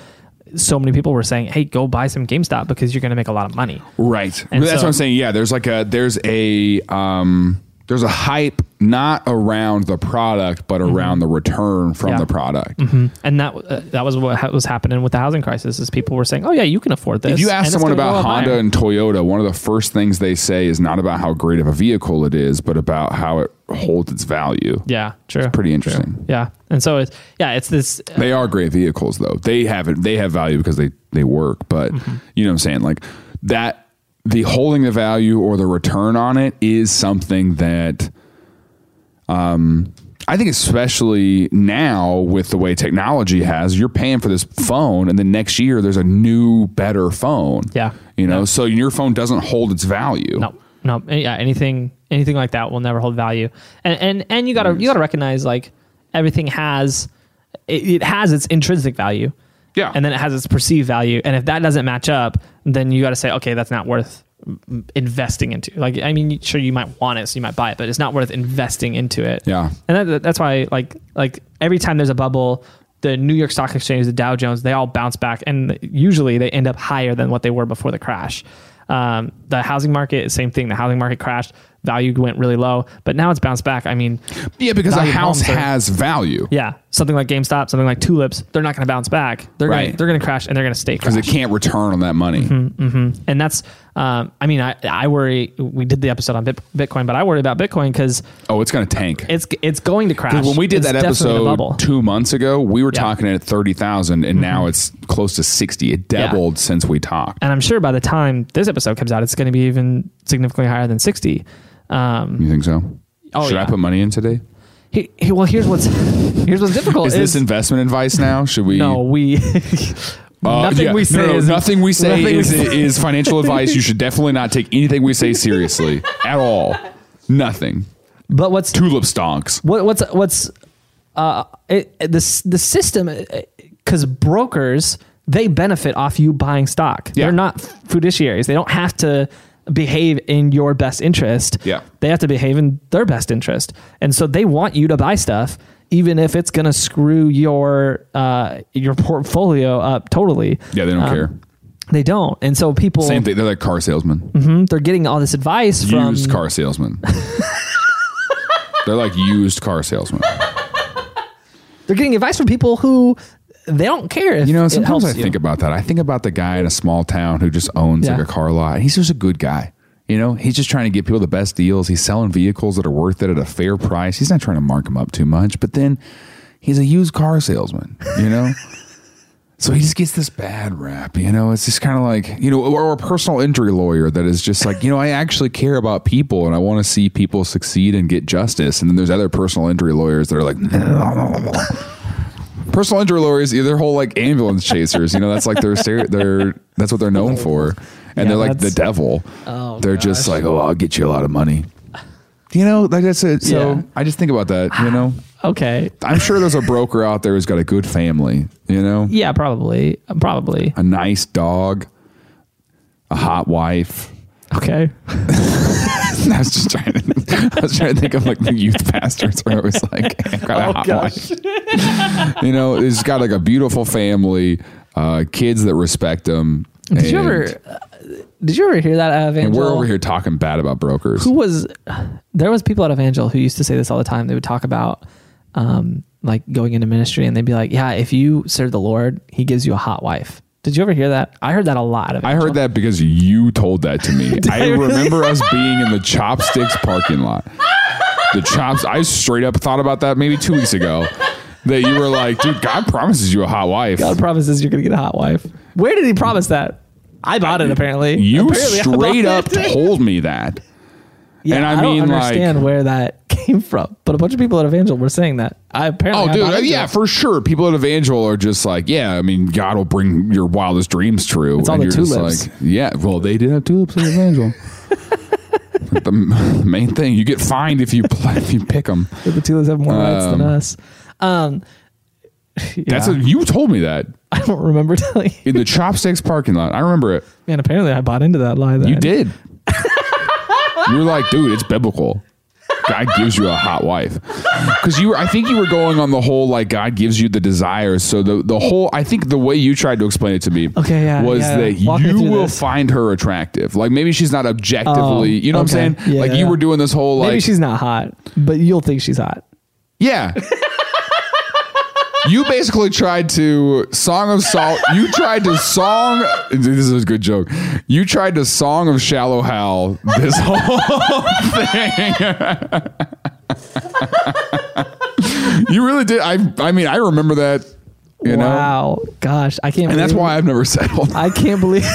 so many people were saying, hey, go buy some GameStop because you're going to make a lot of money. Right. And that's so- what I'm saying. Yeah, there's like a there's a um there's a hype not around the product but around the return from Mm-hmm. Yeah. the product. And that uh, that was what ha- was happening with the housing crisis is people were saying, oh yeah, you can afford this. If you and ask it's someone gonna go about up Honda higher. and Toyota, one of the first things they say is not about how great of a vehicle it is, but about how it holds its value. yeah, true, Pretty interesting. yeah, and so it's yeah, it's this They are great vehicles though. They have it, they have value because they they work, but Mm-hmm. you know what I'm saying? Like that the holding the value or the return on it is something that um I think especially now with the way technology has, you're paying for this phone and then next year there's a new better phone. Yeah. You know, so your phone doesn't hold its value. No, no, any- yeah, anything, anything like that will never hold value. And and and you gotta you gotta recognize like everything has it, it has its intrinsic value. Yeah. and then it has its perceived value, and if that doesn't match up, then you gotta say, okay, that's not worth mm, investing into. Like, I mean, sure, you might want it, so you might buy it, but it's not worth investing into it. Yeah. and that, that's why like like every time there's a bubble. The New York Stock Exchange, the Dow Jones, they all bounce back, and usually they end up higher than what they were before the crash. Um, the housing market, same thing. The housing market crashed, value went really low, but now it's bounced back. I mean, Yeah, because a Value house homes are- has value. yeah, something like GameStop, something like Tulips, they're not going to bounce back. They're Right. gonna, they're going to crash and they're going to stay Because crashed. it can't return on that money. Mm-hmm. and that's, um, I mean, I I worry. We did the episode on Bit- Bitcoin, but I worry about Bitcoin because Oh, it's gonna tank. it's it's going to crash. When we did that It's definitely in a episode bubble. two months ago, we were Yeah. Mm-hmm. talking at thirty thousand, and now it's close to sixty. It Yeah. doubled since we talked. and I'm sure by the time this episode comes out, it's going to be even significantly higher than 60. Um, You think so? Oh, Should I yeah. put money in today? he, he, well, here's what's here's what's difficult Is, this investment advice now? Should we? no we [LAUGHS] Uh, nothing yeah. we say No, no, is nothing we say nothing we is, say- is financial advice. You should definitely not take anything we say [LAUGHS] seriously at all. Nothing. But what's Tulip stonks. what, what's what's uh it, it- this the system because brokers they benefit off you buying stock. Yeah. They're not fiduciaries. They don't have to behave in your best interest. Yeah. They have to behave in their best interest, and so they want you to buy stuff. Even if it's gonna screw your uh, your portfolio up totally, Yeah, they don't Um, care. They don't, and so people Same thing. They're like car salesmen, mhm, they're getting all this advice from used car [LAUGHS] salesmen. they're like used car salesmen. they're getting advice from people who they don't care. If You know, it sometimes I helps you. think about that. I think about the guy in a small town who just owns Yeah. like a car lot. He's just a good guy. You know, he's just trying to get people the best deals. He's selling vehicles that are worth it at a fair price. He's not trying to mark them up too much. But then he's a used car salesman, you know? so he just gets this bad rap, you know? It's just kind of like, you know, or a personal injury lawyer that is just like, you know, I actually care about people and I want to see people succeed and get justice. And then there's other personal injury lawyers that are like, [LAUGHS] personal injury lawyers, yeah, they're whole like ambulance chasers. You know, that's like their ser- their that's what they're known for, and they're like the that's- devil. Oh, they're just like, oh, I'll get you a lot of money. You know, like that's it. So Yeah. I just think about that. You [SIGHS] know, Okay. I'm sure there's a broker out there who's got a good family. You know, Yeah, probably. Probably. a nice dog, a hot wife. [LAUGHS] Okay. I was just trying to. I was trying to think of like the youth [LAUGHS] pastors where it was like, [LAUGHS] I've got a hot Oh, gosh. wife. you know, it's got like a beautiful family, uh, kids that respect him. Did you ever? Uh, did you ever hear that out of Angel? And we're over here talking bad about brokers. Who was? There was people at Evangel who used to say this all the time. They would talk about um, like going into ministry, and they'd be like, "Yeah, if you serve the Lord, He gives you a hot wife." Did you ever hear that? I heard that a lot. Of I heard that because you told that [LAUGHS] to me. I I really? remember us being in the Chopsticks parking lot. The Chops. I straight up thought about that maybe two weeks ago. That you were like, dude, God promises you a hot wife. God promises you're gonna get a hot wife. Where did He promise that? I bought it apparently. You Apparently, I bought straight up it. [LAUGHS] told me [LAUGHS] that. Yeah, and I mean, don't like- understand where that [LAUGHS] came from, but a bunch of people at Evangel were saying that. I apparently, Oh, I bought dude, into yeah, it. for sure. People at Evangel are just like, yeah. I mean, God will bring your wildest dreams true. all the you're tulips. like, yeah. Well, they did have tulips at [LAUGHS] Evangel. the m- main thing you get fined if you play, if you pick them. But the Tulas have more rights than Um, us. Um, [LAUGHS] yeah, That's a, you told me that [LAUGHS] I don't remember [LAUGHS] telling you. in the Chopsticks parking lot. I remember it. Man, apparently I bought into that lie. Then. You [LAUGHS] did. you were like, dude, it's biblical. God gives you a hot wife. Because you were, I think you were going on the whole like God gives you the desires. So the the whole I think the way you tried to explain it to me Okay, yeah, was yeah. that Walk me you through will this. find her attractive. Like maybe she's not objectively you know what I'm okay. saying? Yeah, like yeah, you yeah. were doing this whole like Maybe she's not hot, but you'll think she's hot. Yeah. You basically tried to Song of Salt. You tried to song. This is a good joke. You tried to Song of Shallow Hal this whole thing. you really did. I. I mean, I remember that. You know, wow, gosh, I can't. and that's believe- why I've never settled. I can't [LAUGHS] believe.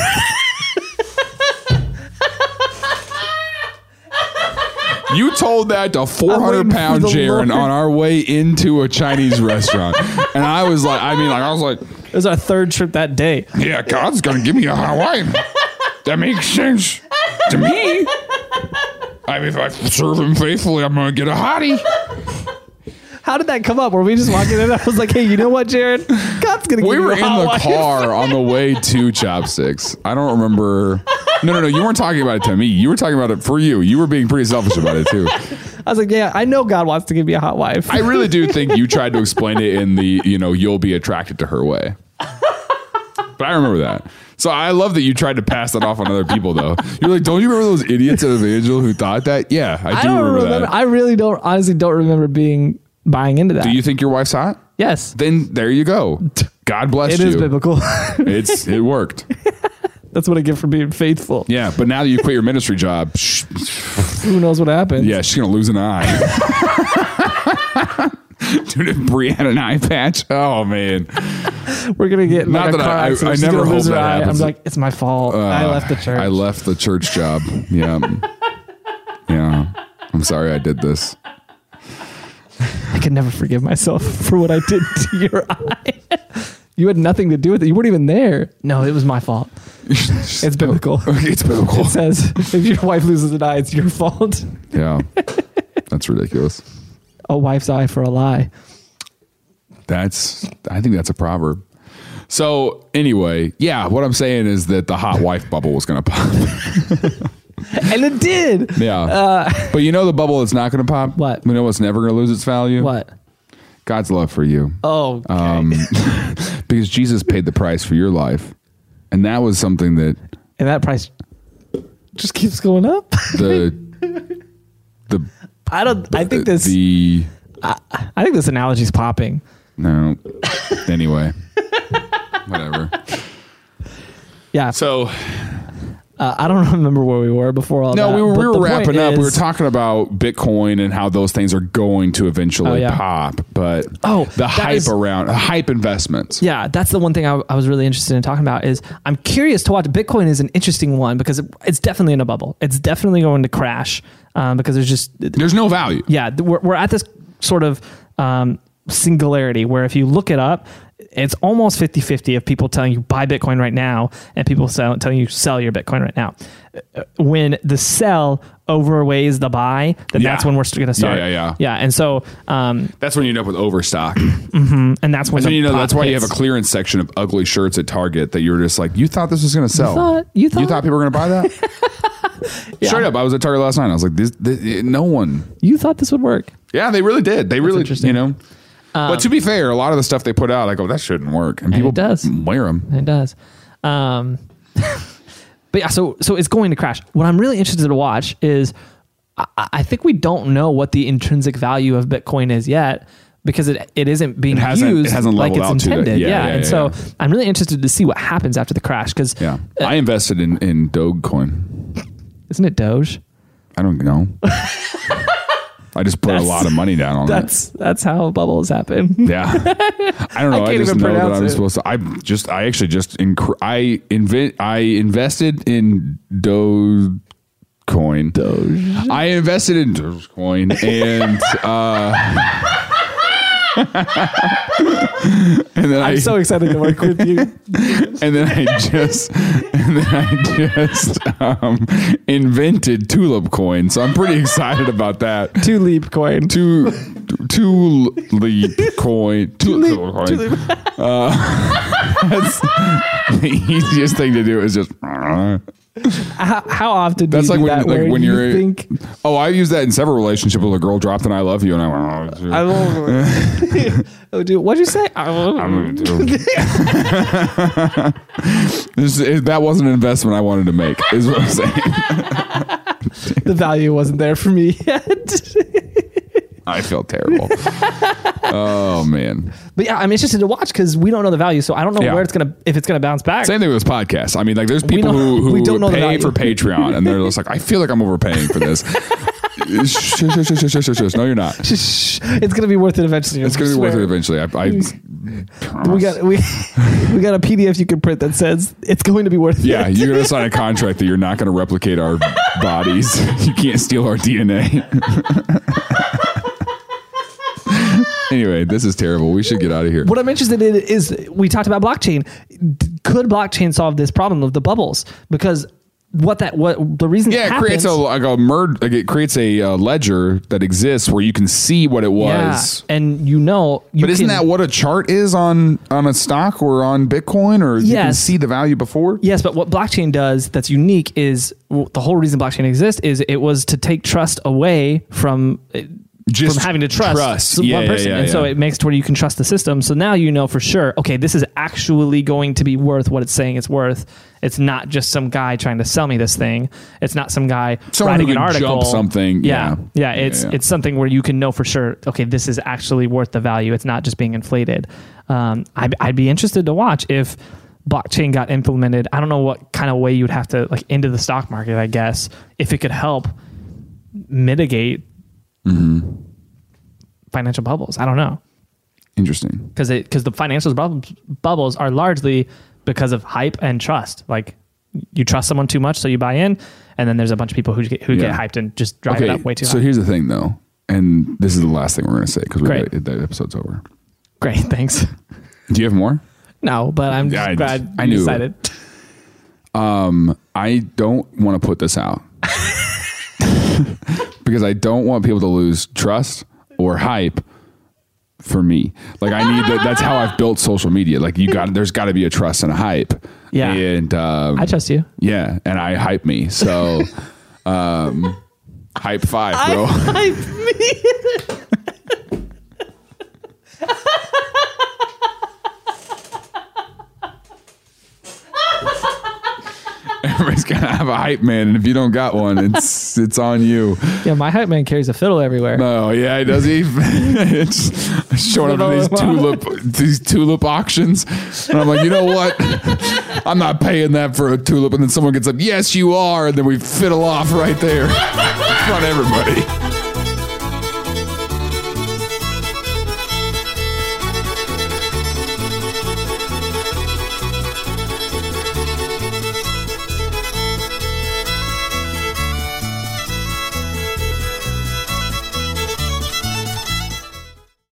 You told that to 400 waiting for pound the Jaron Lord. on our way into a Chinese restaurant, and I was like, I mean, like I was like, it was our third trip that day. Yeah, God's gonna give me a hot wife. That makes sense to me. I mean, if I serve Him faithfully, I'm gonna get a hottie. How did that come up? Were we just walking in? [LAUGHS] I was like, hey, you know what, Jared? God's gonna. We give were you in a hot the wife. car on the way to Chopsticks. I don't remember. No, no, no. You weren't talking about it to me. You were talking about it for you. You were being pretty selfish about it too. I was like, yeah, I know God wants to give me a hot wife. I really do think you tried to explain it in the you know you'll be attracted to her way. But I remember that. So I love that you tried to pass that off on other people though. You're like, don't you remember those idiots at Evangel who thought that? Yeah, I do I don't remember, that. I really don't. Honestly, don't remember being buying into that. do you think your wife's hot? yes, Then there you go. God bless it you. is biblical. [LAUGHS] It's it worked. That's what I get for being faithful. Yeah, but now that you quit your ministry job, sh- Who knows what happens? yeah, she's gonna lose an eye. [LAUGHS] Dude, if Brie had an eye patch, oh man. We're gonna get in, Not like a that I- car I- accident. I She's never gonna lose hope her that eye. I'm happens. like, it's my fault. I Uh, left the church. I left the church job. Yeah. yeah. I'm sorry I did this. [LAUGHS] I can never forgive myself [LAUGHS] for what I did to [LAUGHS] your eye. you had nothing to do with it. You weren't even there. No, it was my fault. It's biblical. Okay, it's biblical. It says if your wife loses an eye, it's your fault. yeah. That's ridiculous. [LAUGHS] A wife's eye for a lie. That's I think that's a proverb. So anyway, yeah, what I'm saying is that the hot wife bubble was gonna pop. [LAUGHS] And it did. yeah. but you know the bubble that's not gonna pop? Uh, What? You know what's never gonna lose its value? What? God's love for you. Um, Oh, Uh. okay. [LAUGHS] Because Jesus paid the price for your life. And that was something that and that price just keeps going up. [LAUGHS] the the I don't. I think this. Uh, the I think this analogy's popping. No. anyway. [LAUGHS] Whatever. Yeah. So uh, I don't [LAUGHS] remember where we were before all no, that. we were, but we the were point wrapping up. we were is- talking about Bitcoin and how those things are going to eventually Oh, yeah. pop, but Oh, the that hype is- around uh, hype investments. Yeah, that's the one thing I, I was really interested in talking about is I'm curious to watch. Bitcoin is an interesting one because it, it's definitely in a bubble. It's definitely going to crash um, because there's just There's no value. yeah, th- we're, we're at this sort of um, singularity where if you look it up, it's almost 50 50 of people telling you buy Bitcoin right now and people sell, telling you sell your Bitcoin right now. Uh, When the sell overweighs the buy, then Yeah. that's when we're going to start. yeah, yeah. Yeah. And so, um, That's when you end up with [CLEARS THROAT] overstock. and that's when So the you know pop that's why you hits. have a clearance section of ugly shirts at Target that you're just like you thought this was going to sell. thought- you thought- people were going to buy [LAUGHS] that. Straight up, I was at Target last night. I was like, this, this, no one. You thought this would work. Yeah, they really did. They really, interesting. Um, you know. but to be fair, a lot of the stuff they put out, I go, that shouldn't work, and people does. wear them. It does. Um, but yeah, so so it's going to crash. What I'm really interested to watch is I, I think we don't know what the intrinsic value of Bitcoin is yet because it, it isn't being hasn't- it used hasn't like leveled out it's to that. intended. Yeah, Yeah, yeah, and yeah, so uh, yeah. I'm really interested to see what happens after the crash because Yeah, I invested in in Dogecoin. isn't it Doge? I don't [LAUGHS] know. I just put a lot of money down on that. That's that's how bubbles [LAUGHS] happen. Yeah, I [LAUGHS] don't know. I, can't just even know that pronounce I'm it. supposed to. I just, I actually just, inc- I invent, I invested in Dogecoin. Doge. I invested in Dogecoin, and uh, [LAUGHS] and then I, I'm so excited to work with you. and then I just, and then I just um, invented Tulip Coin. So I'm pretty excited about that. [LAUGHS] Two leap coin. Two, two leap coin, two leap coin. Uh, That's the easiest thing to do is just. How, how often do That's you like do when, that like where when you you're. think oh, I use that in several relationships. With a girl dropped an "I love you" and I went. "Oh, I [LAUGHS] won't. oh, dude, what'd you say? I won't. [LAUGHS] This- it- that wasn't an investment I wanted to make. Is what I'm saying. the value wasn't there for me [LAUGHS] yet. I felt [LAUGHS] terrible. oh man. but yeah, I'm interested to watch because we don't know the value, so I don't know Yeah. where it's gonna if it's gonna bounce back. Same thing with this podcast. I mean, like, there's people don't- who, who [LAUGHS] we don't know the pay value. for Patreon, and they're just like, I feel like I'm overpaying for this. [LAUGHS] Shh, shh, shh, shh, shh, shh, shh, shh. No, you're [LAUGHS] not. It's gonna be worth it eventually. It's going to be worth it eventually. I, I We got we we [LAUGHS] got a PDF you can print that says it's going to be worth yeah, it. you're going to sign a contract that you're not going to replicate our bodies. [LAUGHS] You can't steal our DNA. [LAUGHS] anyway, this is terrible. We should get out of here. What I'm interested in is we talked about blockchain. D- Could blockchain solve this problem of the bubbles? Because what that what the reason it Yeah, it happens, creates a like a merge. Like it creates a uh, ledger that exists where you can see what it Yeah, was. and you know you But isn't can- that what a chart is on on a stock or on Bitcoin or you can Yes. see the value before? Yes, but what blockchain does that's unique is w- the whole reason blockchain exists is it was to take trust away from Just from having to trust, trust. s- Yeah, one yeah, person, yeah, and so yeah. it makes to where you can trust the system. So now you know for sure. Okay, this is actually going to be worth what it's saying it's worth. It's not just some guy trying to sell me this thing. It's not some guy Someone who writing an can jump article. something. Yeah, Yeah. yeah. it's Yeah, yeah. it's something where you can know for sure. Okay, this is actually worth the value. It's not just being inflated. Um, I'd, I'd be interested to watch if blockchain got implemented. I don't know what kind of way you'd have to like into the stock market. I guess if it could help mitigate Mm-hmm. financial bubbles. I don't know Interesting. because it because the financial bubbles bubbles are largely because of hype and trust. Like you trust someone too much, so you buy in, and then there's a bunch of people who get, who get Yeah. hyped and just drive it Okay. up way too So high. here's the thing though, and this is the last thing we're going to say because Great. that episode's over. Great, [LAUGHS] thanks. Do you have more? No, but I'm Yeah, just I- glad I you knew. decided. I don't want to put this out [LAUGHS] because I don't want people to lose trust or hype for me. Like I need that. That's how I've built social media. Like you got, there's got to be a trust and a hype. Yeah. And um, I trust you. Yeah, and I hype me. So um hype five, bro. [LAUGHS] Everybody's gonna have a hype man, and if you don't got one, it's it's on you. Yeah, my hype man carries a fiddle everywhere. Oh yeah, does he? [LAUGHS] it's showing up to these tulip these tulip auctions, and I'm like, you know what? [LAUGHS] I'm not paying that for a [LAUGHS] tulip. And then someone gets up, yes, you are, and then we fiddle off right there in front of everybody.